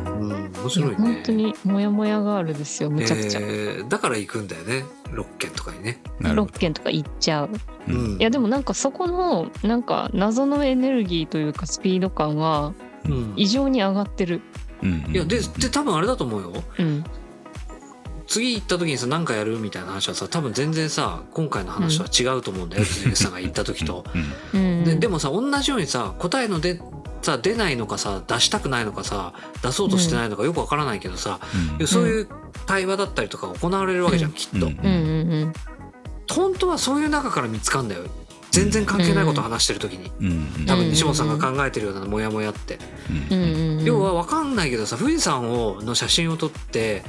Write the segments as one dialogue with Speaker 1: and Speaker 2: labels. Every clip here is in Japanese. Speaker 1: 面白いね
Speaker 2: 本当にモヤモヤガールですよむちゃくちゃ、
Speaker 1: えーだから行くんだよね6軒とかにね、
Speaker 3: なるほ
Speaker 2: 6軒とか行っちゃう
Speaker 3: うん
Speaker 1: うん
Speaker 2: いやでもなんかそこのなんか謎のエネルギーというかスピード感は
Speaker 1: うん
Speaker 2: 異常に上がってる、
Speaker 3: ど。うんうん
Speaker 1: いやでで多分あれだと思うよ
Speaker 2: うん、
Speaker 1: 次行った時にさ何かやるみたいな話はさ多分全然さ今回の話は違うと思うんだよ、辻口さんが行った時と。
Speaker 3: うん
Speaker 2: うん
Speaker 1: ででもさ同じようにさ答えのでさ出ないのかさ出したくないのかさ出そうとしてないのかよくわからないけどさ、
Speaker 3: うん
Speaker 1: そういう対話だったりとか行われるわけじゃん、
Speaker 2: うん
Speaker 1: きっと、
Speaker 3: うん
Speaker 2: うんうんうん
Speaker 1: 本当はそういう中から見つかんだよ全然関係ないこと話してる時に、
Speaker 3: うん
Speaker 1: 多分西本さんが考えてるようなモヤモヤって、
Speaker 3: う
Speaker 2: うんんうんうん
Speaker 1: 要は分かんないけどさ富士山をの写真を撮って、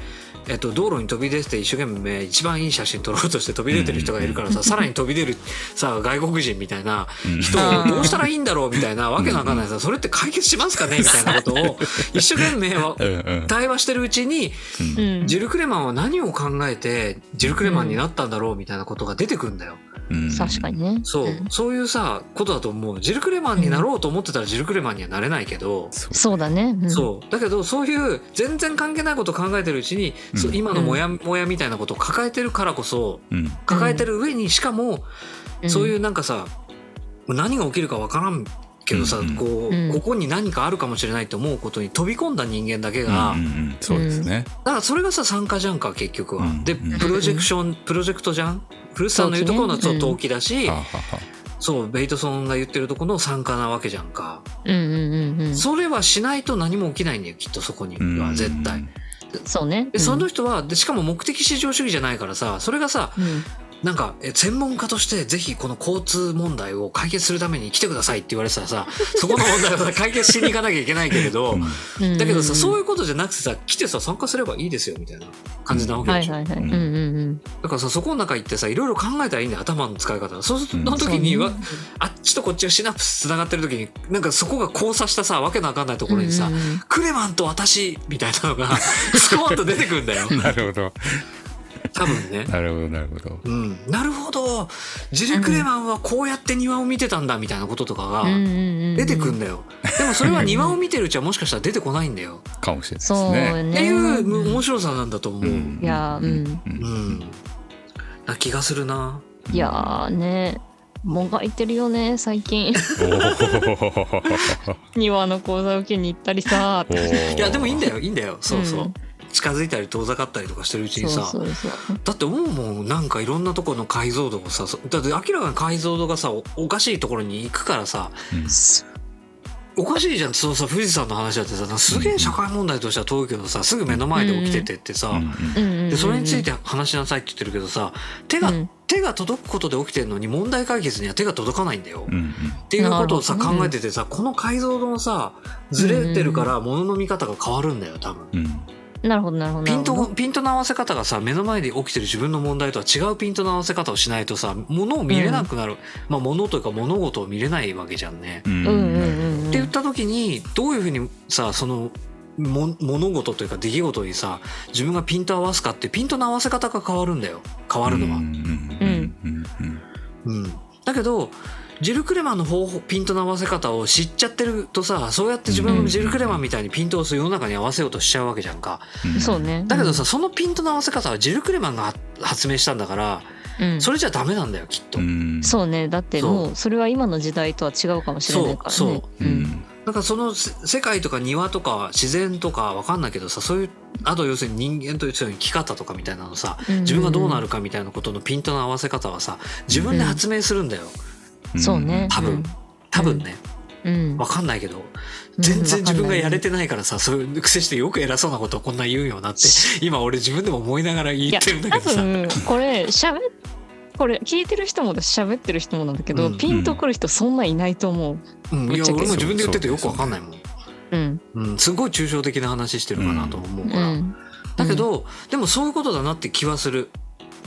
Speaker 1: えっと、道路に飛び出して一生懸命一番いい写真撮ろうとして飛び出てる人がいるからさ、さらに飛び出るさ外国人みたいな
Speaker 3: うん
Speaker 1: 人
Speaker 2: あ
Speaker 1: を
Speaker 2: ー
Speaker 1: どうしたらいいんだろうみたいなわけのわかんないさそれって解決しますかねみたいなことを一生懸命は
Speaker 3: うんうん
Speaker 1: 対話してるうちに
Speaker 3: うん
Speaker 2: うん
Speaker 1: ジル・クレマンは何を考えてジル・クレマンになったんだろうみたいなことが出てくるんだよ。
Speaker 3: うん
Speaker 2: 確かにね
Speaker 1: そう、
Speaker 2: ん
Speaker 1: そういうさことだと思うジル・クレマンになろうと思ってたらジル・クレマンにはなれないけど、
Speaker 3: そう
Speaker 2: そうだね、うん
Speaker 1: そうだけどそういう全然関係ないことを考えてるうちに、
Speaker 3: うん
Speaker 1: そう今のモヤモヤみたいなことを抱えてるからこそ
Speaker 3: うん
Speaker 1: 抱えてる上にしかも、
Speaker 2: うん
Speaker 1: そういうなんかさ何が起きるかわからんけどさ、
Speaker 3: うん
Speaker 1: こう
Speaker 2: うん
Speaker 1: ここに何かあるかもしれないと思うことに飛び込んだ人間だけ
Speaker 3: うん
Speaker 1: が、
Speaker 3: うんうんそうですね。
Speaker 1: だからそれがさ参加じゃんか結局は。
Speaker 3: うん
Speaker 1: で
Speaker 3: うん
Speaker 1: プロジェクション、プロジェクトじゃん古巣さんの言うところの
Speaker 2: 陶器ね
Speaker 1: そう陶器だし、
Speaker 3: はあはあは
Speaker 1: そうベイトソンが言ってるところの参加なわけじゃんか、
Speaker 2: うんうんうんうん
Speaker 1: それはしないと何も起きないんだよきっとそこに
Speaker 3: あうん
Speaker 1: は絶対。
Speaker 2: そうね
Speaker 1: でその人はでしかも目的至上主義じゃないからさそれがさ
Speaker 2: うんうん
Speaker 1: なんかえ専門家としてぜひこの交通問題を解決するために来てくださいって言われてたら さそこの問題をさ解決しに行かなきゃいけないけれど
Speaker 3: うん
Speaker 2: うん
Speaker 1: だけどさそう
Speaker 2: い
Speaker 1: いうことじゃなくてさ来てさ参加すればいいですよみたいな感じなわ
Speaker 2: う
Speaker 1: け
Speaker 2: は
Speaker 1: で
Speaker 2: い
Speaker 1: しょ、
Speaker 2: はいはい
Speaker 3: うん
Speaker 2: うんうんうん
Speaker 1: だからさそこの中行ってさいろいろ考えたらいいんだよ頭の使い方そうすると
Speaker 3: うん
Speaker 1: その時には、
Speaker 2: そうね
Speaker 1: あっちとこっちがシナプスつながってる時になんかそこが交差したさわけのわかんないところにさ、
Speaker 2: うんうんうん
Speaker 1: クレマンと私みたいなの がスコーンと出てくるんだよ
Speaker 3: なるほど。
Speaker 1: 多分ね。
Speaker 3: なるほど、なるほど。
Speaker 1: うん、なるほどジル・クレマンはこうやって庭を見てたんだみたいなこととかが
Speaker 2: うんうんうんうん
Speaker 1: 出てくんだよ、でもそれは庭を見てるうちはもしかしたら出てこないんだよ
Speaker 3: かもしれ
Speaker 2: そう
Speaker 3: ないですね。
Speaker 2: ね
Speaker 1: っていう面白さなんだと思う、うん
Speaker 2: いやーうん
Speaker 1: な気がするない
Speaker 2: やーねもがいてるよね最近 庭の講座受けに行ったりさ
Speaker 1: いやでもいいんだ
Speaker 3: よ。
Speaker 1: よいいんだよそうそう、
Speaker 2: うん
Speaker 1: 近づいたり遠ざかったりとかしてるうちに
Speaker 2: そう
Speaker 1: さ
Speaker 2: そうそう
Speaker 1: だって思うもんなんかいろんなところの解像度をさそだって明らかに解像度がさおおかしいところに行くからさ
Speaker 3: うん
Speaker 1: おかしいじゃんそのさ富士山の話だってさなんかすげえ社会問題としては遠いけどさすぐ目の前で起きててってさ、
Speaker 3: うんう
Speaker 2: う
Speaker 3: ん
Speaker 2: んうんうんうん
Speaker 1: でそれについて話しなさいって言ってるけどさ手が、
Speaker 2: うん
Speaker 1: 手が届くことで起きてるのに問題解決には手が届かないんだよ、
Speaker 3: うんうん
Speaker 1: っていうことをさ、
Speaker 2: なるほどね
Speaker 1: 考えててさこの解像度のさずれてるから物の見方が変わるんだよ多分。
Speaker 3: うん
Speaker 2: なるほどなるほど
Speaker 1: ピントピントの合わせ方がさ目の前で起きてる自分の問題とは違うピントの合わせ方をしないとさ物を見れなくなる、まあ物というか物事を見れないわけじゃんね。
Speaker 3: う
Speaker 2: うん
Speaker 3: ん
Speaker 2: うんうんうん
Speaker 1: って言った時にどういうふうにさそのも物事というか出来事にさ自分がピントを合わすかってピントの合わせ方が変わるんだよ変わるのは。
Speaker 3: うんうんうんうん
Speaker 1: うん、だけどジル・クレマンの方法ピントの合わせ方を知っちゃってるとさそうやって自分もジル・クレマンみたいにピントを世の中に合わせようとしちゃうわけじゃんか。
Speaker 3: うん
Speaker 2: そうね
Speaker 1: だけどさ、そのピントの合わせ方はジル・クレマンが発明したんだから
Speaker 2: うん
Speaker 1: それじゃダメなんだよきっと、
Speaker 3: うん
Speaker 2: そうねだってもうそれは今の時代とは違うかもしれないからね
Speaker 1: そう
Speaker 3: う
Speaker 2: うん
Speaker 3: ん
Speaker 1: だからそのせ世界とか庭とか自然とかわかんないけどさそういうあと要するに人間と一緒に生き方とかみたいなのさ
Speaker 2: うん
Speaker 1: 自分がどうなるかみたいなことのピントの合わせ方はさ自分で発明するんだよ、
Speaker 2: そうね
Speaker 1: 多分多分ね
Speaker 2: うん
Speaker 1: わかんないけど全然自分がやれてないからさそういう癖してよく偉そうなことをこんな言うよなって今俺自分でも思いながら言ってるんだ
Speaker 2: 多
Speaker 1: けどさ。
Speaker 2: 分これ喋っこれ聞いてる人もだし喋ってる人もなんだけど、
Speaker 1: うん
Speaker 2: ピンとくる人そんないないと思う。
Speaker 1: うん、いや
Speaker 2: ぶっちゃけ
Speaker 1: 俺も自分で言っててよくわかんないもん。
Speaker 2: うん
Speaker 1: うん、すごい抽象的な話してるかなと思う
Speaker 2: う
Speaker 1: から、
Speaker 2: ん、
Speaker 1: だけど、でもそういうことだなって気はする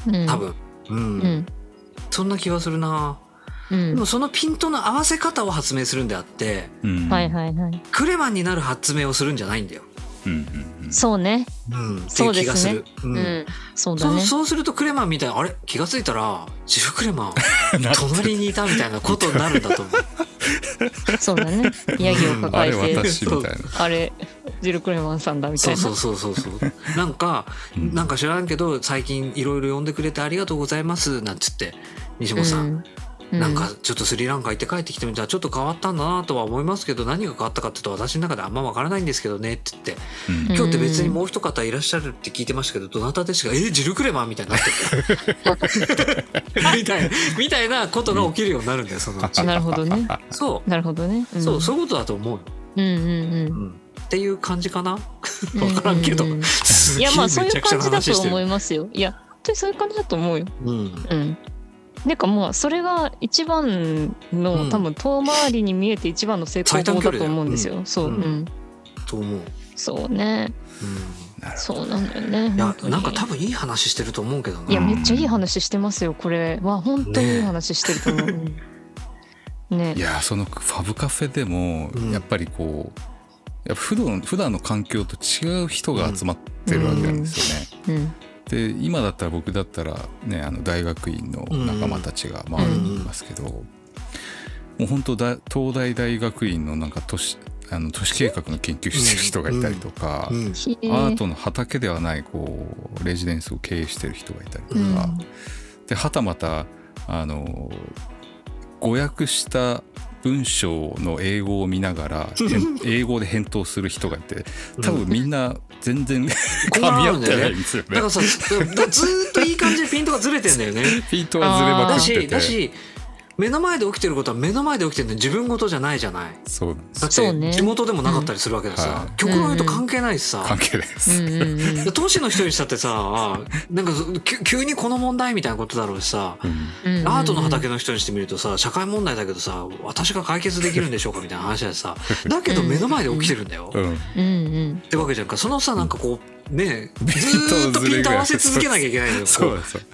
Speaker 2: うん、
Speaker 1: 多分、うん
Speaker 2: うん
Speaker 1: そんな気はするな、
Speaker 2: う
Speaker 1: で
Speaker 2: ん
Speaker 1: もそのピントの合わせ方を発明するんであって
Speaker 3: うん
Speaker 2: はいはいはい
Speaker 1: クレマンになる発明をするんじゃないんだよ、
Speaker 3: うんうんうん
Speaker 2: そうね
Speaker 1: うん、ってい
Speaker 2: そううで
Speaker 1: 気が
Speaker 2: す
Speaker 1: す
Speaker 2: ね
Speaker 1: るう
Speaker 2: うんん、そうだ
Speaker 1: そう
Speaker 2: ね
Speaker 1: そうするとクレマンみたいなあれ気がついたらジルクレ マン
Speaker 3: な
Speaker 1: 隣にいたみたいなことになるんだと思う
Speaker 2: そうだねヤギを
Speaker 1: あ
Speaker 2: 抱
Speaker 3: あ
Speaker 2: え
Speaker 3: れ
Speaker 2: て
Speaker 3: 私みたいな
Speaker 2: あれジル・クレマンさんだみた
Speaker 1: そ
Speaker 2: いうな。
Speaker 1: そうそうそうそうなんか
Speaker 3: うん
Speaker 1: なんか知らんけど最近いろいろ呼んでくれてありがとうございますなんつって西本さん、
Speaker 2: う
Speaker 1: なんかちょっとスリランカ行って帰ってきてみたらちょっと変わったんだなとは思いますけど何が変わったかっていうと私の中であんまわからないんですけどねって言って
Speaker 3: う
Speaker 1: 今
Speaker 3: ん
Speaker 1: 日って別にもう一方いらっしゃるって聞いてましたけどどなたですかえジルクレマーみたいになって るみたいなみたいなことが起きるようになるんだよそのうち
Speaker 2: なるほどね。
Speaker 1: そ
Speaker 2: なるほどね。
Speaker 1: う、
Speaker 2: ん
Speaker 1: そうそういうことだと思うよ、
Speaker 2: うんうん
Speaker 1: う
Speaker 2: う。
Speaker 1: んん、っていう感じかな
Speaker 2: うん
Speaker 1: わからんけど、
Speaker 2: うう
Speaker 1: すげ
Speaker 2: い
Speaker 1: え
Speaker 2: やまあそう
Speaker 1: め
Speaker 2: い
Speaker 1: ちゃ
Speaker 2: う
Speaker 1: くちゃ
Speaker 2: 感
Speaker 1: な
Speaker 2: じだ
Speaker 1: 話し
Speaker 2: と
Speaker 1: て
Speaker 2: 思
Speaker 1: る
Speaker 2: いますよ。いや本当にそういう感じだと思うよ。
Speaker 1: うん
Speaker 2: うん。なんかまあそれが一番の、
Speaker 1: うん
Speaker 2: 多分遠回りに見えて一番の成功法だと思うんですよ。そう、
Speaker 1: う
Speaker 2: うんん、
Speaker 1: と思う、
Speaker 2: そうね。
Speaker 1: う
Speaker 3: なるほど
Speaker 2: そうなんだよね。
Speaker 1: ん、いや
Speaker 2: 本当に
Speaker 1: なんか多分いい話してると思うけどない
Speaker 2: やめっちゃいい話してますよこれは本当にいい話してると思う。うんね
Speaker 3: いやそのファブカフェでも
Speaker 1: うん
Speaker 3: やっぱりこうやっぱ普段普段の環境と違う人が集まってるわけなんですよ
Speaker 2: う
Speaker 3: ね。
Speaker 2: ん
Speaker 3: で今だったら僕だったらねあの大学院の仲間たちが周りにいますけど、もう本当だ東大大学院のなんか都市あの都市計画の研究してる人がいたりとか、
Speaker 1: うん
Speaker 2: ひ
Speaker 3: アートの畑ではないこうレジデンスを経営してる人がいたり
Speaker 2: う
Speaker 3: とか、
Speaker 2: ん
Speaker 3: ではたまたあの誤訳した文章の英語を見な がら英語で返答する人がいて多分みんな全 然噛み合ってないんですよね
Speaker 1: だから。さだからずーっといい感じでピントがずれてんだよ ね
Speaker 3: ピートはずれま
Speaker 1: だ
Speaker 3: くってて
Speaker 1: しだし目の前で起きてることは目の前で起きてるの自分事じゃないじゃない
Speaker 3: そうなんです
Speaker 1: だっ
Speaker 2: そう
Speaker 1: て
Speaker 2: ね
Speaker 1: 地元でもなかったりするわけだしさ、
Speaker 3: うん
Speaker 1: 極論言うと関係ないしさ、
Speaker 3: 関係ないで
Speaker 2: う
Speaker 3: す、
Speaker 2: んうんうん
Speaker 1: で都市の人にしたってさ なんか急急にこの問題みたいなことだろうしさ
Speaker 3: うん
Speaker 2: うんうん
Speaker 1: アートの畑の人にしてみるとさ社会問題だけどさ私が解決できるんでしょうかみたいな話だしさだけど目の前で起きてるんだよ、
Speaker 3: うん
Speaker 2: うんうん
Speaker 1: ってわけじゃんかそのさなんかこう ねずーっと
Speaker 3: ず
Speaker 1: ピ
Speaker 3: れ
Speaker 1: ン
Speaker 3: ぐ
Speaker 1: ト合
Speaker 3: らい
Speaker 1: わせ続けなきゃいけないのよ
Speaker 3: そう
Speaker 1: こ
Speaker 3: なんですよ、
Speaker 1: う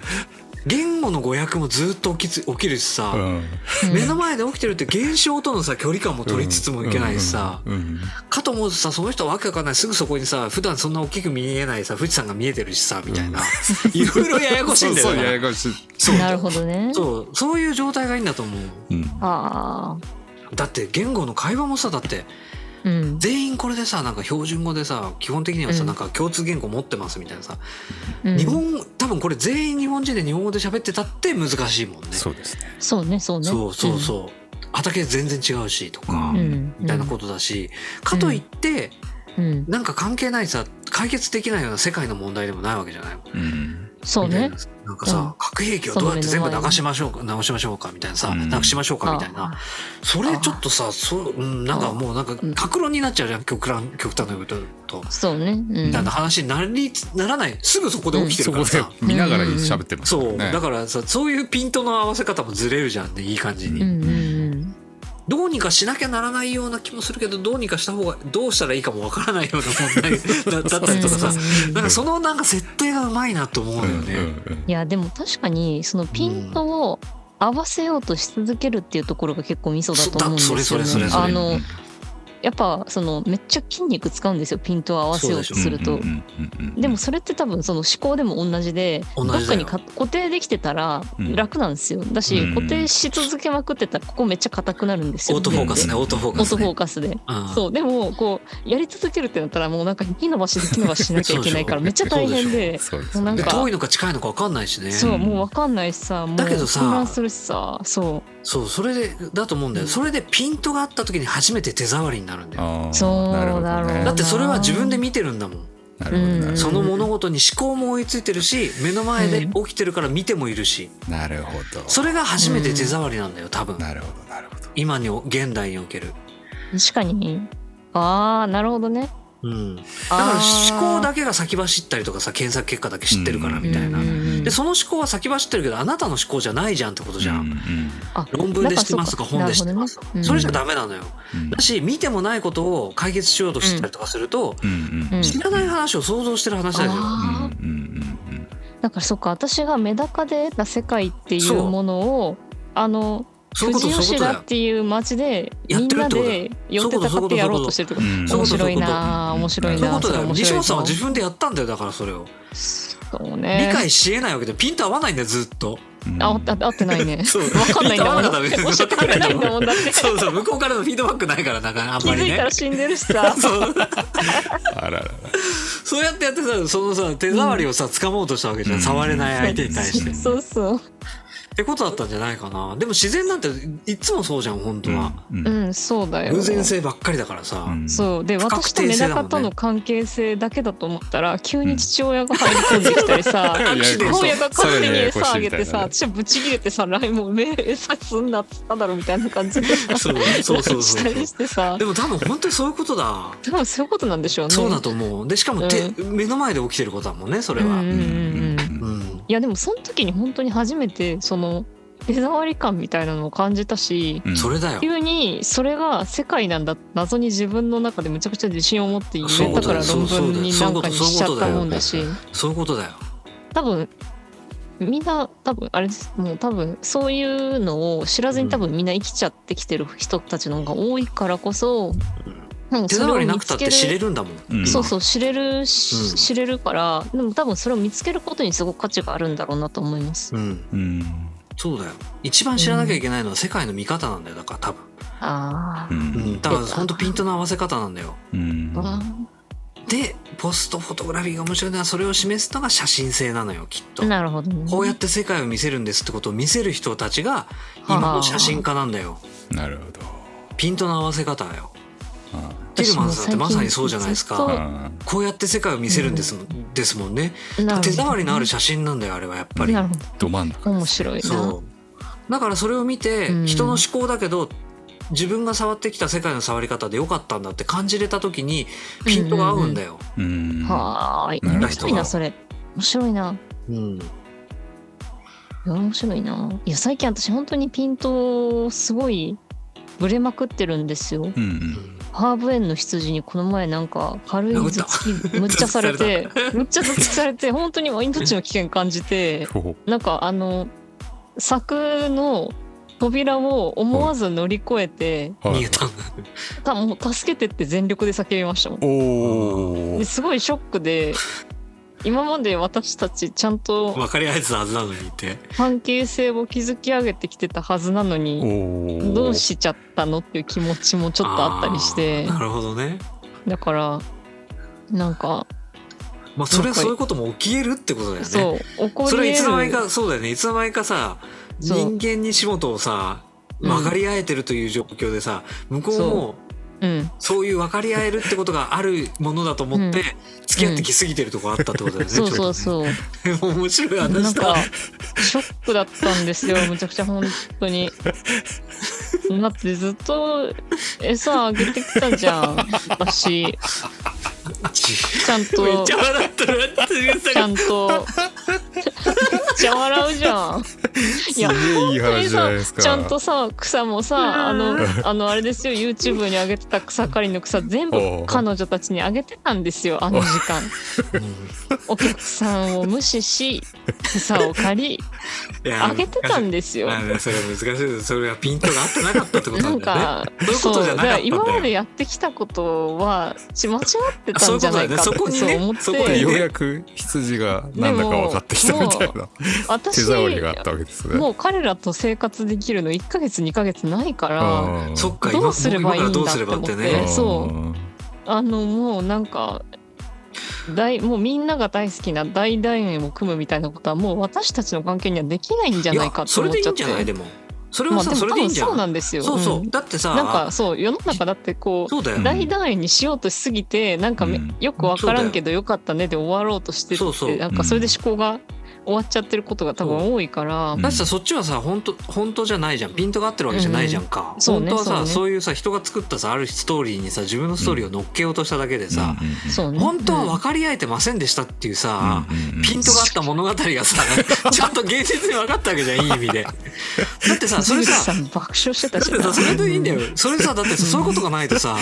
Speaker 1: 言語の語訳もずーっと起きつ起きるしさ、
Speaker 3: うん、
Speaker 1: 目の前で起きてるって現象とのさ距離感も取りつつもいけないしさ、
Speaker 3: うんうん
Speaker 1: かと思うとさその人はわけわかんないすぐそこにさ普段そんな大きく見えないさ富士山が見えてるしさみ たいな、いろいろややこしいんだよ
Speaker 3: そう
Speaker 1: だ
Speaker 3: そ
Speaker 1: か
Speaker 3: うや
Speaker 1: ら
Speaker 3: やこしい、
Speaker 1: そう
Speaker 2: なるほどね。
Speaker 1: そうそういう状態がいいんだと思う
Speaker 3: うん、
Speaker 2: ああ。
Speaker 1: だって言語の会話もさだって
Speaker 2: うん。
Speaker 1: 全員これでさなんか標準語でさ基本的にはさ、
Speaker 2: うん
Speaker 1: なんか共通言語持ってますみたいなさ、
Speaker 2: うん
Speaker 1: 日本多分これ全員日本人で日本語で喋ってたって難しいもんねそ
Speaker 3: そうですね
Speaker 2: そうねそう
Speaker 1: う
Speaker 2: ね。
Speaker 1: そうそう畑全然違うしとか、
Speaker 3: うん
Speaker 2: ん。
Speaker 1: みたいなことだし、かといって、
Speaker 2: と。うん。
Speaker 1: なんか関係ないさ解決できないような世界の問題でもないわけじゃない
Speaker 3: うん
Speaker 2: そうね
Speaker 1: み。たいななんかさ、
Speaker 2: うん
Speaker 1: 核兵器をどうやって全部流しましょうか直しましょうかみたいなさ、
Speaker 3: うん
Speaker 1: なくしましょうかみたいなそれちょっとさそう、うん、なんかもうなんか
Speaker 2: うん
Speaker 1: 格論になっちゃうじゃん極論極端なこと言うと。
Speaker 2: そうね。うん
Speaker 1: みたいな話になりならないすぐそこで起きてる
Speaker 3: そ
Speaker 1: か
Speaker 3: こ
Speaker 1: ら
Speaker 3: で
Speaker 1: さ、
Speaker 3: 見ながら喋ってます
Speaker 1: そうだ
Speaker 3: ら
Speaker 1: からさそういうピントの合わせ方もずれるじゃんねいい感じに、
Speaker 2: うん うんうん。
Speaker 1: どうにかしなきゃならないような気もするけどどうにかした方がどうしたらいいかもわからないような問題 だだったりとかさ
Speaker 2: うん
Speaker 1: なんかそのなんか設定がうまいなと思うんだよね。
Speaker 2: いやでも確かにそのピントを合わせようとし続けるっていうところが結構ミソだと思うんですよ、ね。
Speaker 1: そだそれそれそれ
Speaker 2: あのやっぱそのめっちゃ筋肉使うんですよピントを合わせようとすると。でもそれって多分その思考でも同じで
Speaker 1: 同じだ
Speaker 2: ど
Speaker 1: よ
Speaker 2: っかにか固定できてたら
Speaker 3: うん
Speaker 2: 楽なんですよ、だし、
Speaker 3: うん
Speaker 2: 固定し続けまくってたらここめっちゃ硬くなるんですよ
Speaker 1: オートフォーカスね、オートフォー
Speaker 2: オ
Speaker 1: カ
Speaker 2: ー
Speaker 1: ス、
Speaker 2: ト
Speaker 1: ね。
Speaker 2: フォーカスで
Speaker 1: うん
Speaker 2: そうでもこうやり続けるってなったらもうなんか引き伸ばし引き伸ばししなきゃいけないから
Speaker 3: そう
Speaker 2: め
Speaker 3: で
Speaker 2: っ
Speaker 3: し
Speaker 2: ち
Speaker 3: ょ
Speaker 2: ゃ大変で
Speaker 3: そうで
Speaker 2: も
Speaker 3: す
Speaker 2: うなん
Speaker 1: で
Speaker 2: か
Speaker 1: 遠いのか近いのか分かんないしね
Speaker 2: そう
Speaker 3: うん
Speaker 2: もうわかんないしさもう
Speaker 1: だけどさ
Speaker 2: 混乱するしさそ
Speaker 1: そうそれでだと思うんだよ、
Speaker 2: うん
Speaker 1: それでピントがあった時に初めて手触りになるんだよ
Speaker 2: そうだろう
Speaker 1: だ
Speaker 3: な
Speaker 1: ってそれは自分で見てるんだもん、
Speaker 3: なるほどね
Speaker 2: うん
Speaker 1: その物事に思考も追いついてるし目の前で起きてるから見てもいるし
Speaker 3: なるほど
Speaker 1: それが初めて手触りなんだよ多分
Speaker 3: なるほどなるほど
Speaker 1: 今に現代における、
Speaker 2: う確かにああなるほどね
Speaker 1: うん、だから思考だけが先走ったりとかさ検索結果だけ知ってるからみたいな、
Speaker 2: うんうんうん
Speaker 1: でその思考は先走ってるけどあなたの思考じゃないじゃんってことじゃん、
Speaker 2: あ
Speaker 1: 論文で知ってますとか本で知ってますとか、それじゃダメなのよだし見てもないことを解決しようとしたりとかすると、知らない話を想像してる話だよ、
Speaker 2: あーだからそっか私がメダカで得た世界ってい
Speaker 1: そう
Speaker 2: うものをあの
Speaker 1: そういう
Speaker 2: 富
Speaker 1: こと
Speaker 2: 士
Speaker 1: そういう
Speaker 2: 吉
Speaker 1: ことだ
Speaker 2: 田っ
Speaker 1: よ
Speaker 2: ていう町で
Speaker 1: やっ
Speaker 2: みん
Speaker 1: てるっ
Speaker 2: な
Speaker 1: てことだよ
Speaker 2: で寄ってたかってやろうとしてるってこと
Speaker 1: そういう
Speaker 2: 面
Speaker 1: こと
Speaker 2: 白いなあ
Speaker 3: うん
Speaker 2: 面白い
Speaker 1: そう
Speaker 2: な
Speaker 1: いうことだ
Speaker 2: そ
Speaker 1: よ
Speaker 2: れ面
Speaker 1: 西
Speaker 2: 白い
Speaker 1: 本さんは自分でやったんだよだからそれを、
Speaker 2: そうね
Speaker 1: 理解しえないわけでピンと合わないんだよずっと
Speaker 2: あ、合って合ってな いね。
Speaker 1: そう
Speaker 2: わかんないんだもん。
Speaker 1: 合わなかったら別
Speaker 2: 教
Speaker 1: に
Speaker 2: えてくれないんだもんだって。
Speaker 1: そうそう向こうからのフィードバックないからなかなあん
Speaker 2: 気
Speaker 1: ま
Speaker 2: づ
Speaker 1: り
Speaker 2: いた
Speaker 1: ね
Speaker 2: ら死んでるしさ。
Speaker 1: そう
Speaker 3: あららら
Speaker 1: そうやってやってさそのさ手触りをさ掴もうとしたわけじゃん、
Speaker 3: うん
Speaker 1: 触れない相手に対して、っ
Speaker 2: そうそう。
Speaker 1: てことだったんじゃないかなでも自然なんていっつもそうじゃん本当は、
Speaker 3: うん
Speaker 2: うん、そうだよ。
Speaker 1: 偶然性ばっかりだからさ、
Speaker 3: うん
Speaker 2: そうで
Speaker 1: 不確定
Speaker 2: 私とメダ
Speaker 1: 性だも
Speaker 2: カ
Speaker 1: んね
Speaker 2: との関係性だけだと思ったら急に父親が入り込んできたりさ
Speaker 3: ややこしい
Speaker 1: そう
Speaker 2: 母親が勝手に餌あげて
Speaker 3: それ
Speaker 2: さ
Speaker 3: ややこし
Speaker 2: 私は
Speaker 3: いみたいなね
Speaker 2: ブチ切れてさ「来もうめ餌すんな」っつっただろみたいな感じでさ
Speaker 1: そうそうそうそう
Speaker 2: した りして さ
Speaker 1: でも多分本当にそういうことだ
Speaker 2: 多分そういうことなんでしょうね。
Speaker 1: そうだと思うでしかも手、目の前で起きてることだもんねそれは、
Speaker 2: うんうんうんうん
Speaker 1: うん
Speaker 2: いやでもその時に本当に初めてその手触り感みたいなのを感じたし
Speaker 3: うん
Speaker 1: それだよ
Speaker 2: 急にそれが世界なんだ謎に自分の中でむちゃくちゃ自信を持って言
Speaker 1: そう
Speaker 2: え
Speaker 1: だ
Speaker 2: た
Speaker 1: よ
Speaker 2: から論
Speaker 1: そうそうだ
Speaker 2: 文
Speaker 1: よ
Speaker 2: に
Speaker 1: そういうん
Speaker 2: な
Speaker 1: こ
Speaker 2: か
Speaker 1: と
Speaker 2: にしちゃったもんだ
Speaker 3: そう
Speaker 2: し
Speaker 3: いう
Speaker 1: そういうことだよ
Speaker 2: 多分みんな多分あれですもう多分そういうのを知らずに多分みんな生きちゃってきてる人たちの方が多いからこそ、うん
Speaker 1: 手
Speaker 2: それを
Speaker 1: 触りな
Speaker 2: 見
Speaker 1: くた
Speaker 2: つ
Speaker 1: っ
Speaker 2: け
Speaker 1: て知れ
Speaker 2: る
Speaker 1: るんだもん、
Speaker 3: うん
Speaker 2: そうそう知れるし、
Speaker 1: うん
Speaker 2: 知れるからでも多分それを見つけることにすごく価値があるんだろうなと思います。
Speaker 1: うん、
Speaker 3: うん
Speaker 1: そうだよ一番知らなきゃいけないのは世界の見方なんだよだから多分、
Speaker 2: あ
Speaker 3: う
Speaker 1: う
Speaker 2: ー
Speaker 1: んん、だから本当ピントの合わせ方なんだよ
Speaker 3: うん
Speaker 2: あ
Speaker 1: でポストフォトグラフィーが面白いのはそれを示すのが写真性なのよきっと
Speaker 2: ーなるほど、ね、
Speaker 1: こうやって世界を見せるんですってことを見せる人たちが今の写真家なんだよ
Speaker 3: なるほど
Speaker 1: ピントの合わせ方だよ
Speaker 3: あ
Speaker 1: ティルマンさんってまさにそうじゃないですか
Speaker 2: 私も最近ずっ
Speaker 3: あ
Speaker 1: こうやって世界を見せるんです,、ん、ですもんね
Speaker 2: なるほど
Speaker 1: 手触りのある写真なんだよあれはやっぱり
Speaker 2: なるほ
Speaker 3: ど真ん中
Speaker 2: ど面白いな
Speaker 1: そうだからそれを見て、
Speaker 2: うん
Speaker 1: 人の思考だけど自分が触ってきた世界の触り方で良かったんだって感じれた時にピントが合うんだよ、
Speaker 3: うん
Speaker 2: はーい
Speaker 3: なるほど
Speaker 2: 面白いなそれ面白いな
Speaker 1: うん
Speaker 2: いや面白いないや最近私本当にピントすごいぶれまくってるんですよ
Speaker 3: うんうん
Speaker 2: ハーブ園の羊にこの前なんか軽い頭突きむっちゃさ れてむっちゃ頭突きされて本当にもう命の危険感じて
Speaker 3: ほほ
Speaker 2: なんかあの柵の扉を思わず乗り越えて、
Speaker 3: は
Speaker 1: 逃
Speaker 3: い
Speaker 1: げたんだ
Speaker 2: たもう助けてって全力で叫びましたもん
Speaker 3: おお
Speaker 2: ですごいショックで今まで私たちちゃんと
Speaker 1: 分かり合えてたはずなのにって
Speaker 2: 関係性を築き上げてきてたはずなのに
Speaker 3: お
Speaker 2: どうしちゃったのっていう気持ちもちょっとあったりして
Speaker 1: あーなるほどね
Speaker 2: だからなんか
Speaker 1: まあそれはそういうことも起きえるってことだよね
Speaker 2: そう怒り
Speaker 1: それはいつの間に
Speaker 2: 得る
Speaker 1: かそうだよねいつの間にかさ
Speaker 2: そう
Speaker 1: 人間に仕事をさ
Speaker 2: うん
Speaker 1: 分かり合えてるという状況でさ向こうも
Speaker 2: うん
Speaker 1: そういう分かり合えるってことがあるものだと思って
Speaker 2: う
Speaker 1: 付き合ってきすぎてるとこあったってことだよね。
Speaker 2: そうそう
Speaker 1: う。
Speaker 2: そう
Speaker 1: 面白い
Speaker 2: な
Speaker 1: 話
Speaker 2: んか
Speaker 1: だ。
Speaker 2: ショックだったんですよむちゃくちゃ本当に。だってずっと餌あげてきたじゃん 私ちゃんと
Speaker 1: めっちゃ笑ってる。
Speaker 2: ちゃんと。めっちゃ笑うじゃん。いや、
Speaker 3: すげえい
Speaker 2: 本
Speaker 3: い
Speaker 2: 当
Speaker 3: 話
Speaker 2: に
Speaker 3: じゃ
Speaker 2: さ
Speaker 3: ないですか
Speaker 2: ちゃんとさ、草もさ、あの、あの、あれですよ、YouTube に上げてた草刈りの草、全
Speaker 3: お
Speaker 2: 部
Speaker 3: う
Speaker 2: 彼女たちにあげてたんですよ、あの時間。
Speaker 1: うん
Speaker 2: お客さんを無視し、草を刈り、
Speaker 1: いや
Speaker 2: あげてたんですよ。
Speaker 1: あそれは難しいです。それはピントが合ってなかったってこと
Speaker 2: な
Speaker 1: なん
Speaker 2: ん
Speaker 1: だよね。
Speaker 2: か、
Speaker 1: そういうことじゃなかった
Speaker 2: だから
Speaker 1: んだよ
Speaker 2: 今までやってきたことは、ち間違ってたんじゃないかって、
Speaker 1: そういうことだよねそこにね
Speaker 2: 思っ
Speaker 1: そこ
Speaker 2: て
Speaker 1: に
Speaker 3: ようやく羊がなんだか分かってきたみたいな手
Speaker 2: 私
Speaker 3: 触りがあったわけですね。
Speaker 2: もう彼らと生活できるの1ヶ月2ヶ月ないから
Speaker 3: あー
Speaker 1: そっか。
Speaker 2: ど
Speaker 1: 今
Speaker 2: うすればいいん
Speaker 1: 今か
Speaker 2: だ
Speaker 1: らどうすればって
Speaker 2: って
Speaker 1: ね。
Speaker 2: そう
Speaker 3: うん
Speaker 2: あのもうなんか大もうみんなが大好きな大団円を組むみたいなことはもう私たちの関係にはできないんじゃ
Speaker 1: い
Speaker 2: ない
Speaker 1: や
Speaker 2: かって
Speaker 1: そ
Speaker 2: 思
Speaker 1: れ
Speaker 2: っ
Speaker 1: でい
Speaker 2: ち
Speaker 1: い
Speaker 2: ゃ
Speaker 1: ん
Speaker 2: って
Speaker 1: じゃないでも。それ
Speaker 2: ま
Speaker 1: は
Speaker 2: あ
Speaker 1: さ
Speaker 2: でも
Speaker 1: それでいいんじゃ
Speaker 2: 多分そう
Speaker 1: な。
Speaker 2: ないんですよ
Speaker 1: そうそううんだってさ
Speaker 2: なんかそう世の中だってこう
Speaker 1: そうだよ。
Speaker 3: ん
Speaker 2: 大団円にしようとしすぎてなんかめ
Speaker 3: うん
Speaker 2: よくわからんけどよかったねで終わろうとして
Speaker 1: そうそう
Speaker 2: ってなんかそれで思考が終わっちゃってることが多分多いから
Speaker 1: だってさそっちはさ本当本当じゃないじゃんピントが合ってるわけじゃないじゃんか、
Speaker 2: うんそうね
Speaker 1: 本当はさ
Speaker 2: そ
Speaker 1: そうう,、
Speaker 2: ね
Speaker 1: いうさ人が作ったさあるストーリーにさ自分のストーリーを乗っけようとしただけでさ、
Speaker 3: うんうんうん
Speaker 2: そうね
Speaker 1: 本当は
Speaker 2: うん
Speaker 1: 分かり合えてませんでしたっていうさ、
Speaker 3: うんうん
Speaker 1: ピントが合った物語が さちゃんと現実に分かったわけじゃんいい意味でだってさそれ
Speaker 2: 水口
Speaker 1: さ
Speaker 2: さん爆笑してた
Speaker 1: だっ
Speaker 2: じゃん
Speaker 1: てさそれでいいんだよそれさだってさそういうことがないとさ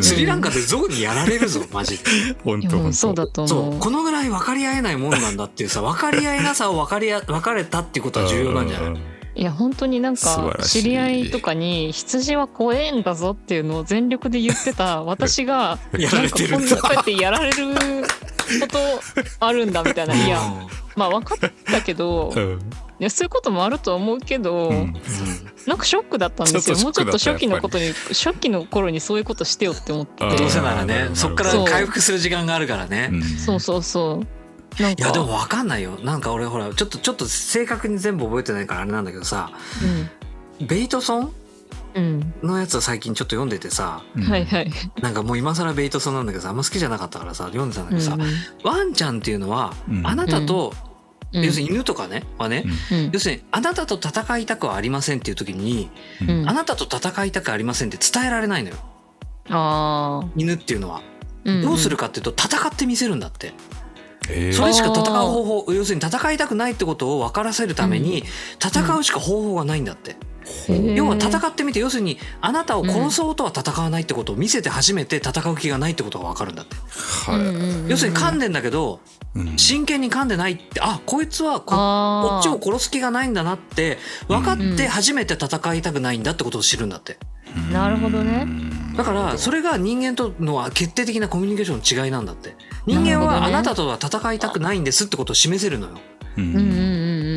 Speaker 1: スリランカで象にやられる ぞマジで
Speaker 3: 本当
Speaker 2: う
Speaker 3: 本
Speaker 2: んそう
Speaker 3: 当。
Speaker 2: だと
Speaker 1: そ
Speaker 2: 思
Speaker 1: う
Speaker 2: う
Speaker 1: このぐらい分かり合えないもんなんだっていうさ分かり合えなさを分かり合分かれたっていうことは重要なんじゃない
Speaker 3: うん
Speaker 2: いや本当になん
Speaker 3: 素晴
Speaker 2: から
Speaker 3: しい
Speaker 2: 知り合いとかに羊は怖えんだぞっていうのを全力で言って た私が
Speaker 1: やられてる
Speaker 2: なんんかこ
Speaker 1: だ
Speaker 2: んなこうやってやられることあるんだみたいないや
Speaker 1: うん
Speaker 2: まあ分かったけど
Speaker 3: うん
Speaker 2: いやそういうこともあるとは思うけど、
Speaker 3: うん
Speaker 2: なんかショックだったんですよ
Speaker 3: ち
Speaker 2: も
Speaker 3: ょ
Speaker 2: う
Speaker 3: っとシ
Speaker 2: ち
Speaker 3: ョッ
Speaker 2: ょっ
Speaker 3: クだ
Speaker 2: と
Speaker 3: っ
Speaker 2: 初
Speaker 3: た
Speaker 2: 期のことに初期の頃にそういうことしてよって思って
Speaker 3: あー
Speaker 1: どうせならね
Speaker 3: うん
Speaker 1: そっから
Speaker 2: そう
Speaker 1: 回復する時間があるからね、
Speaker 3: うん
Speaker 2: そうそうそうなん
Speaker 1: い
Speaker 2: か
Speaker 1: やでも分かんないよなんか俺ほらちょっとちょっと正確に全部覚えてないからあれなんだけどさベイトソン
Speaker 2: うん、
Speaker 1: のやつを最近ちょっと読んでてさ
Speaker 3: うん
Speaker 2: うん、はいはい、
Speaker 1: なんかもう今更ベイトソンなんだけどさあんま好きじゃなかったからさ読んでたんだけどさ、
Speaker 2: うんうん
Speaker 1: ワンちゃんっていうのは、
Speaker 3: うん
Speaker 1: あなたと、
Speaker 2: うん
Speaker 1: 要するに犬とかねはね、
Speaker 2: うん
Speaker 1: 要するにあなたと戦いたくはありませんっていう時に、
Speaker 2: うん
Speaker 1: あなたと戦いたくありませんって伝えられないのよ
Speaker 2: ああ、
Speaker 1: 犬っていうのは。
Speaker 2: うん
Speaker 1: どうするかっていうと戦ってみせるんだって。
Speaker 3: へえ
Speaker 1: それしか戦う
Speaker 2: あー
Speaker 1: 方法要するに戦いたくないってことを分からせるために戦うしか方法がないんだって。
Speaker 3: ほう
Speaker 2: へえ
Speaker 1: 要は戦ってみて要するにあなたを殺そうとは戦わないってことを見せて初めて戦う気がないってことが分かるんだって。
Speaker 3: はい
Speaker 1: 要するに噛んでんだけど
Speaker 3: うん
Speaker 1: 真剣に噛んでないってあこいつはここ
Speaker 2: こ
Speaker 1: っちを殺す気がないんだなって分かって初めて戦いたくないんだってことを知るんだって
Speaker 2: なるほどね
Speaker 1: だからそれが人間とのは決定的なコミュニケーションの違いなんだって人間はあなたとは戦いたくないんですってことを示せるのよ
Speaker 3: う
Speaker 2: うんうんうん
Speaker 3: ん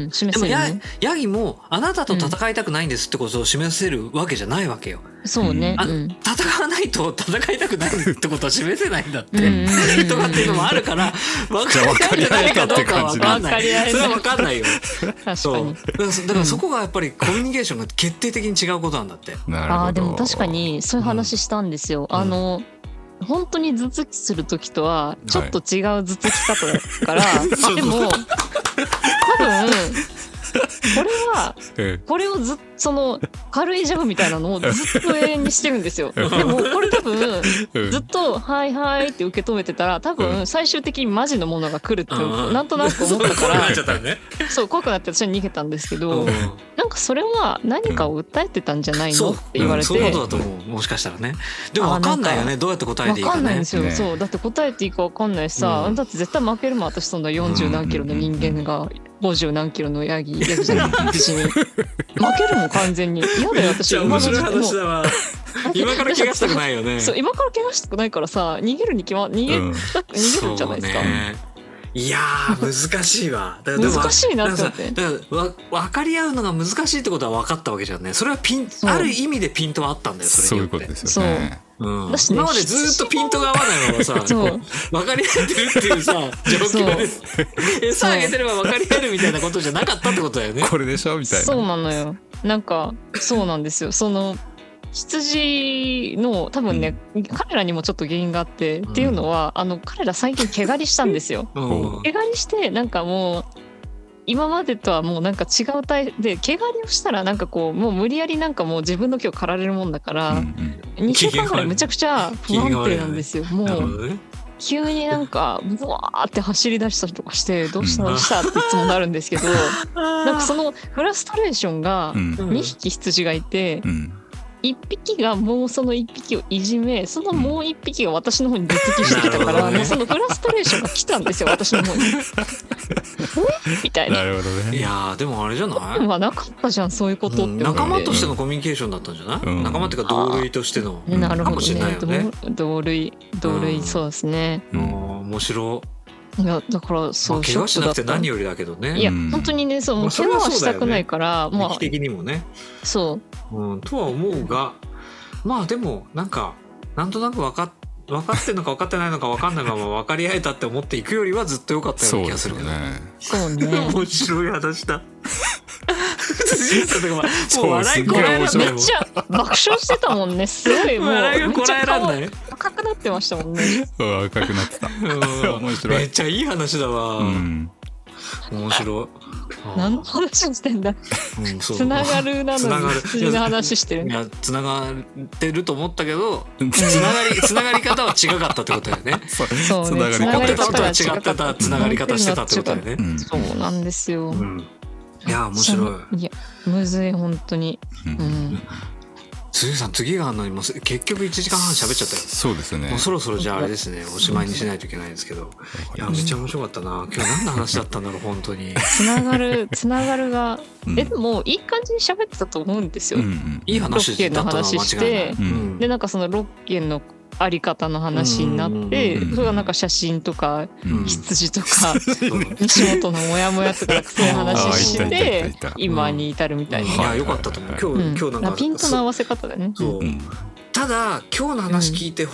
Speaker 2: うん示
Speaker 1: でも
Speaker 2: せる
Speaker 1: や
Speaker 2: ね
Speaker 1: ヤギもあなたと戦いたくないんですってことを示せるわけじゃないわけ よ
Speaker 2: そうね
Speaker 1: あ
Speaker 2: うん
Speaker 1: 戦わないと戦いたくないってことは示せないんだっ
Speaker 2: うんうん
Speaker 1: て
Speaker 2: うんうん
Speaker 1: とかっていうのもあるから分かり合えないかどうかは分かんない
Speaker 2: じゃあ分かり合えたって感じだ
Speaker 1: それは分かんないよ
Speaker 2: 確か
Speaker 1: そう
Speaker 2: に
Speaker 1: だからそだからそこがやっぱりコミュニケーションが決定的に違うことなんだって。
Speaker 3: なるほど
Speaker 2: ああーでも確かにそういう話したんですよ、
Speaker 1: うん
Speaker 2: あの本当に頭突きする時とはちょっと違う頭突き方だから、
Speaker 1: そう
Speaker 2: でも多分これは
Speaker 3: え
Speaker 2: これをずっその軽いジャブみたいなのをずっと永遠にしてるんですよでもこれ多分
Speaker 3: えうん
Speaker 2: ずっと「はいはい」って受け止めてたら多
Speaker 3: う
Speaker 2: 分最終的にマジのものが来るって
Speaker 1: うん
Speaker 2: なんとなく思ったか
Speaker 1: 怖くなっ
Speaker 2: ら
Speaker 1: ちゃったよね。
Speaker 2: そう怖くなって私は逃げたんですけど
Speaker 1: うん
Speaker 2: なんかそれは何かを訴えてたんじゃないの
Speaker 1: そう
Speaker 2: って言われ
Speaker 1: そういう
Speaker 2: て
Speaker 1: ことだと思う。もしかしたらね。でも分かんないよ
Speaker 2: あな
Speaker 1: ね。どうやって答え
Speaker 2: わ
Speaker 1: ていい
Speaker 2: か
Speaker 1: か
Speaker 2: んないん
Speaker 1: ね
Speaker 2: で。すよ、
Speaker 3: ね
Speaker 2: そうだって答えていいかわかんないしさ、
Speaker 1: うん
Speaker 2: だって絶対負けるもん私そんな40何キロの人間が50何キロのヤギヤギじゃない無事に負けるもん完全に嫌だよ私今の時点もう
Speaker 1: わ。
Speaker 2: だって
Speaker 1: 今から怪我したくないよね。
Speaker 2: そう今から怪我したくないからさ逃げるに決ま逃げ,、
Speaker 3: うん
Speaker 2: 逃げるんじゃないですか、
Speaker 1: そうねいやー難しい わ。だからでも
Speaker 2: 難しいなって思
Speaker 1: だ
Speaker 2: っ
Speaker 1: から
Speaker 2: て
Speaker 1: さだからわ分かり合うのが難しいってことは分かったわけじゃんね。それはピン
Speaker 2: そう
Speaker 1: ある意味でピントはあったんだよ。そ
Speaker 3: そう
Speaker 1: れに
Speaker 3: いう
Speaker 1: よっ
Speaker 3: こと
Speaker 1: て
Speaker 3: で。すよね
Speaker 1: うん
Speaker 2: 私ね
Speaker 1: 今までずっとピントが合わないままさ、
Speaker 2: そう
Speaker 1: こう分かり合ってるって いうさ、状況です。餌あげてれば分かり合えるみたいなことじゃなかったってことだよね。
Speaker 3: これでしょみたいな
Speaker 2: そうなのよなんかそうなんですよその羊の多分ね、彼らにもちょっと原因があって、っていうのはあの彼ら最近毛刈りしたんですよ
Speaker 1: うん
Speaker 2: 毛刈りしてなんかもう今までとはもうなんか違うタイで毛刈りをしたらなんかこうもう無理やりなんかもう自分の毛を刈られるもんだから、
Speaker 3: うんうん
Speaker 2: 2週間ぐらいむちゃくちゃ不安定なんですよも
Speaker 1: なるほ
Speaker 2: う
Speaker 1: どね。
Speaker 2: 急になんかブワーって走り出したりとかしてどうしたどうしたっていつもなるんですけどなんかそのフラストレーションが
Speaker 3: うん
Speaker 1: うん
Speaker 2: 2匹羊がいて
Speaker 3: うん
Speaker 2: 1匹がもうその1匹をいじめそのもう1匹が私の方に頭突きしてきた
Speaker 1: な
Speaker 2: か
Speaker 1: るほど
Speaker 2: ら、
Speaker 1: ね
Speaker 2: もうそのフラストレーションが来たんですよ私の 方に。えみたいな
Speaker 3: な。るほど
Speaker 1: い
Speaker 3: ね
Speaker 1: やーでもあれじゃない、
Speaker 2: はなかったじゃんそういうことって
Speaker 1: う
Speaker 2: 思っ
Speaker 1: ん
Speaker 2: て、
Speaker 1: 仲間としてのコミュニケーションだったんじゃない、
Speaker 3: うん
Speaker 1: 仲間っていうか同類としての、
Speaker 3: う
Speaker 2: ね
Speaker 3: ん
Speaker 2: なる
Speaker 1: か
Speaker 2: ほ
Speaker 1: も
Speaker 2: ど
Speaker 1: しれない
Speaker 2: ね
Speaker 1: よね。
Speaker 2: 同同類同類、
Speaker 1: うん
Speaker 2: そうですね
Speaker 1: う、
Speaker 3: うんん
Speaker 1: 面白
Speaker 2: いやだから
Speaker 1: い、ま
Speaker 2: そ
Speaker 1: あ、
Speaker 2: う
Speaker 1: 怪我しなくて何
Speaker 2: よ
Speaker 1: よりだけど
Speaker 2: い
Speaker 1: ね
Speaker 2: や、
Speaker 3: うん
Speaker 2: 本当にねそうも
Speaker 1: ま
Speaker 2: う
Speaker 1: あそ
Speaker 2: 怪
Speaker 1: れは
Speaker 2: 我は
Speaker 1: そう
Speaker 2: し
Speaker 1: だよね
Speaker 2: たくないから、
Speaker 1: 時
Speaker 2: ま
Speaker 1: 期的にもね、
Speaker 2: あそ
Speaker 1: うん、とは思うがまあでもなんかなんとなく分かっ分かってんのか分かってないのか分かんないまま分かり合えたって思っていくよりはずっと良かったよう
Speaker 3: そ
Speaker 1: な
Speaker 3: う
Speaker 1: 気が
Speaker 3: ですす
Speaker 1: る
Speaker 3: よ
Speaker 1: けど、
Speaker 3: ね
Speaker 2: うそうね
Speaker 1: 面白い話 だ辻内さんとかもう笑い こらえらん
Speaker 3: そうすご
Speaker 1: ないい
Speaker 2: め
Speaker 3: 面
Speaker 2: っ
Speaker 1: もん
Speaker 2: ちゃ爆笑してたもんねすごいもう
Speaker 1: 笑いが
Speaker 2: めっ
Speaker 1: こ
Speaker 2: ち
Speaker 1: ら
Speaker 2: ゃ
Speaker 1: えらん
Speaker 2: 顔
Speaker 1: ない
Speaker 2: 赤くなってましたもんね
Speaker 3: うん赤くなってた
Speaker 1: うん
Speaker 3: 面白い
Speaker 1: めっちゃいい話だわ、
Speaker 3: うん
Speaker 1: 面白いあー
Speaker 2: 何の話してんだ
Speaker 1: うんそう
Speaker 2: つながるな
Speaker 1: つな
Speaker 2: の
Speaker 1: がる
Speaker 2: に普通の話してる
Speaker 1: いやつながってると思ってると思ったけどつ
Speaker 3: つ
Speaker 1: ながりつながり方は違かったってことだよね
Speaker 2: そうね
Speaker 3: つながり方
Speaker 1: 思ってたのとは
Speaker 2: つな
Speaker 1: 違
Speaker 2: がり
Speaker 1: って
Speaker 2: 方は
Speaker 1: たつながり方してたってことだよね、
Speaker 3: うん
Speaker 2: そうなんですよ、
Speaker 1: うん、いや面白い
Speaker 2: いやむずい本当に
Speaker 3: うん
Speaker 2: うん
Speaker 1: 鈴木さん次があんのにもう結局1時間半喋っちゃったよ
Speaker 3: そうですね
Speaker 1: もうそろそろじゃああれですねおしまいにしないといけないですけどいやめっちゃ面白かったな今日何の話だったんだろう本当に
Speaker 2: つながるつながるが
Speaker 3: うん
Speaker 2: えでもいい感じに喋ってたと思うんです
Speaker 3: う
Speaker 2: よ、
Speaker 3: んうん
Speaker 1: いい話だったのは間違いない、
Speaker 2: ロッ
Speaker 3: ケの話して
Speaker 1: うん
Speaker 2: でなんかその6件のあり方の話になって、
Speaker 3: うん
Speaker 2: それがなんか写真とか
Speaker 3: うん
Speaker 2: 羊とか、
Speaker 1: そうだね
Speaker 2: 西本のモヤモヤとかそういう話
Speaker 1: あー
Speaker 2: し
Speaker 1: いた
Speaker 3: いた
Speaker 2: て
Speaker 3: いたいた
Speaker 2: 今に至るみたい
Speaker 1: い
Speaker 2: な、
Speaker 1: や良かったと思う今
Speaker 2: う
Speaker 1: 日、今
Speaker 2: ん
Speaker 1: 日なんか
Speaker 2: ピントの合わせ方だね
Speaker 1: そう
Speaker 3: うん
Speaker 1: ただ今日の話聞いて、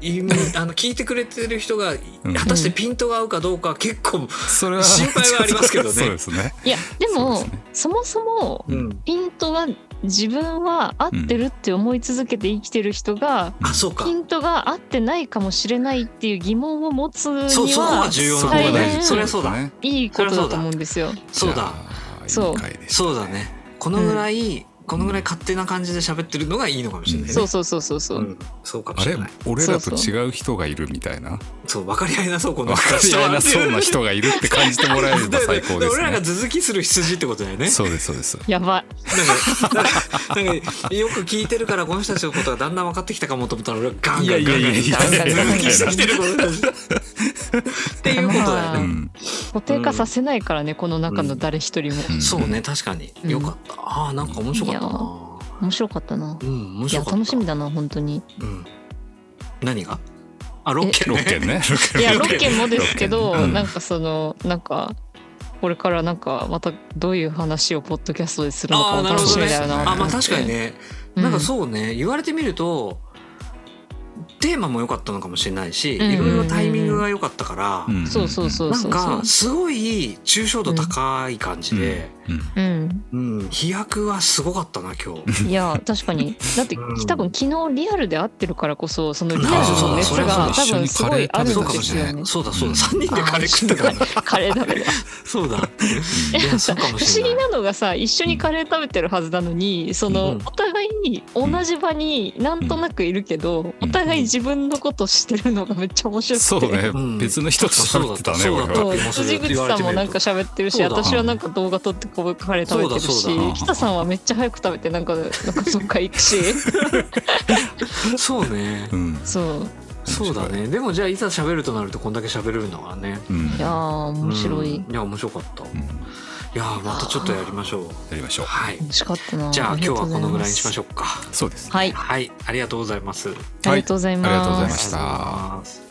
Speaker 1: いあの聞いてくれてる人が
Speaker 3: うん
Speaker 1: 果たしてピントが合うかどうか結構、
Speaker 3: それは
Speaker 1: 心配はありますけどね
Speaker 3: そうですね。
Speaker 2: いやでもそ,、
Speaker 3: そうですね
Speaker 2: もそも
Speaker 1: う
Speaker 3: うんん
Speaker 2: ピントが自分は合ってるって思い続けて生きてる人が、
Speaker 1: あそうか
Speaker 2: ピントが合ってないかもしれないっていう疑問を持つ
Speaker 1: そう
Speaker 2: に
Speaker 1: そこは
Speaker 2: は
Speaker 1: 重要
Speaker 3: そ
Speaker 1: な
Speaker 3: こ
Speaker 1: こと
Speaker 3: は
Speaker 1: だよ
Speaker 3: 大事
Speaker 1: それはそうだ
Speaker 3: ね。
Speaker 2: いいことだと思うんですよ。
Speaker 1: そうだ
Speaker 3: じゃあ。
Speaker 2: そう
Speaker 3: いい回でした
Speaker 1: そうだ。ねこのぐらい、このぐらい勝手な感じで喋ってるのがいいのかもしれないね、
Speaker 2: そうそうそうそうそうう。
Speaker 1: んそうかも
Speaker 3: あ
Speaker 1: し
Speaker 3: れ
Speaker 1: れない
Speaker 3: 俺らと違う人がいるみたいな
Speaker 1: そう分かり合いなそうこの
Speaker 3: 分かり合いなそうな人がいるって感じてもら えれば
Speaker 1: だよね
Speaker 3: 最高
Speaker 1: だか
Speaker 3: で
Speaker 1: ら
Speaker 3: す
Speaker 1: 俺らが
Speaker 3: ね。
Speaker 1: 続きする羊ってことだよね
Speaker 3: そうですそうです。
Speaker 2: やばい。
Speaker 1: なんかなんかなんかよく聞いてるからこの人たちのことがだんだん分かってきたかもと思ったら俺はガンガンガンガン
Speaker 3: い
Speaker 1: 言
Speaker 3: や
Speaker 1: っ
Speaker 2: いや
Speaker 1: て
Speaker 2: いやいや
Speaker 1: 続きしてきてることだしっていうことだよ
Speaker 3: う
Speaker 1: ね、
Speaker 3: ん。
Speaker 2: 固定化させないからね、この中の誰一人も。
Speaker 3: うん
Speaker 1: そうね確かに
Speaker 2: うん
Speaker 1: よかった、ああなんか面白かった
Speaker 2: い
Speaker 1: な
Speaker 2: や面白かったな
Speaker 1: う。ん面
Speaker 2: いや
Speaker 1: 白かった
Speaker 2: 楽しみだな本当に。
Speaker 1: うん、何があロケ
Speaker 3: ロ
Speaker 1: ね
Speaker 3: ケね。
Speaker 2: いや
Speaker 1: ロ
Speaker 2: ロ
Speaker 1: ケ
Speaker 2: ケもですけど、
Speaker 3: ロケねうん
Speaker 2: なんかそのなんかこれからなんかまたどういう話をポッドキャストでするの
Speaker 1: あ
Speaker 2: か
Speaker 1: あ
Speaker 2: も
Speaker 1: なる
Speaker 2: 楽
Speaker 1: ほ
Speaker 2: し
Speaker 1: ど
Speaker 2: み
Speaker 1: ね
Speaker 2: だよなと思って。
Speaker 1: あまあ確かにね、
Speaker 2: うん。
Speaker 1: なんかそうね言われてみるとテーマも良かったのかもしれないし、
Speaker 2: うんうんうん
Speaker 1: いろいろタイミングが良かったから、
Speaker 3: ん
Speaker 2: そうそうそう
Speaker 1: な
Speaker 2: そ
Speaker 1: ん
Speaker 2: うそう。
Speaker 1: かすごい抽象度高い感じで、
Speaker 3: うん
Speaker 2: うん。
Speaker 1: うん飛躍はすごかったな今日。
Speaker 2: いや確かにだって
Speaker 1: うん
Speaker 2: 多分昨日リアルで会ってるからこそそのリアル
Speaker 1: あーそう
Speaker 2: の
Speaker 1: だ
Speaker 2: 熱
Speaker 1: それは
Speaker 2: が
Speaker 3: そ
Speaker 2: 多
Speaker 3: うだ
Speaker 2: 分すごいあるん
Speaker 1: そうか
Speaker 2: で
Speaker 1: もし
Speaker 2: す
Speaker 1: れ
Speaker 2: よ
Speaker 1: な
Speaker 2: ね
Speaker 1: い。。そうだそうだ
Speaker 3: うん
Speaker 1: 三人でカレー食ったからね。
Speaker 2: カレー食べた。
Speaker 1: そうだ。いやそうかも
Speaker 2: 不
Speaker 1: し
Speaker 2: 思
Speaker 1: れ
Speaker 2: 議
Speaker 1: ない。
Speaker 2: なのがさ一緒にカレー食べてるはずなのにそ
Speaker 1: う
Speaker 2: の、
Speaker 1: ん
Speaker 2: お互いに同じ場になんとなくいるけど、お互い自分のことしてるのがめっちゃ面 白くて。
Speaker 3: そうね
Speaker 1: うん。
Speaker 3: 別の人と喋ってたね
Speaker 1: そうだ
Speaker 3: 俺
Speaker 1: った
Speaker 3: は。
Speaker 2: そう辻口さんもなんか喋ってるし
Speaker 1: そうだ
Speaker 2: 私はなんか動画撮ってこうカレー食べてる
Speaker 1: そうだそう
Speaker 2: し
Speaker 1: だ
Speaker 2: 北さんはめっちゃ早く食べてなんかなんかどっか行 くし
Speaker 1: そうね
Speaker 3: う。ん。
Speaker 2: そう
Speaker 1: そうだね。でもじゃあいざ喋るとなるとこんだけ喋れるんだからね。
Speaker 3: うん。
Speaker 2: いやー
Speaker 3: や
Speaker 2: 面白い、
Speaker 1: うんいや面白かった。い
Speaker 3: うん
Speaker 1: やーまたちょっとやりましょう。
Speaker 3: やりましょう。
Speaker 1: はい。
Speaker 2: 楽しかったな
Speaker 1: じゃあ今日はこのぐらいにしまし
Speaker 2: ょ
Speaker 1: ょうか。
Speaker 3: そうです。
Speaker 2: はい
Speaker 1: はい、ありがとうございます。あり
Speaker 2: ありがとうございます
Speaker 3: ありがとうございました
Speaker 1: がとうございます。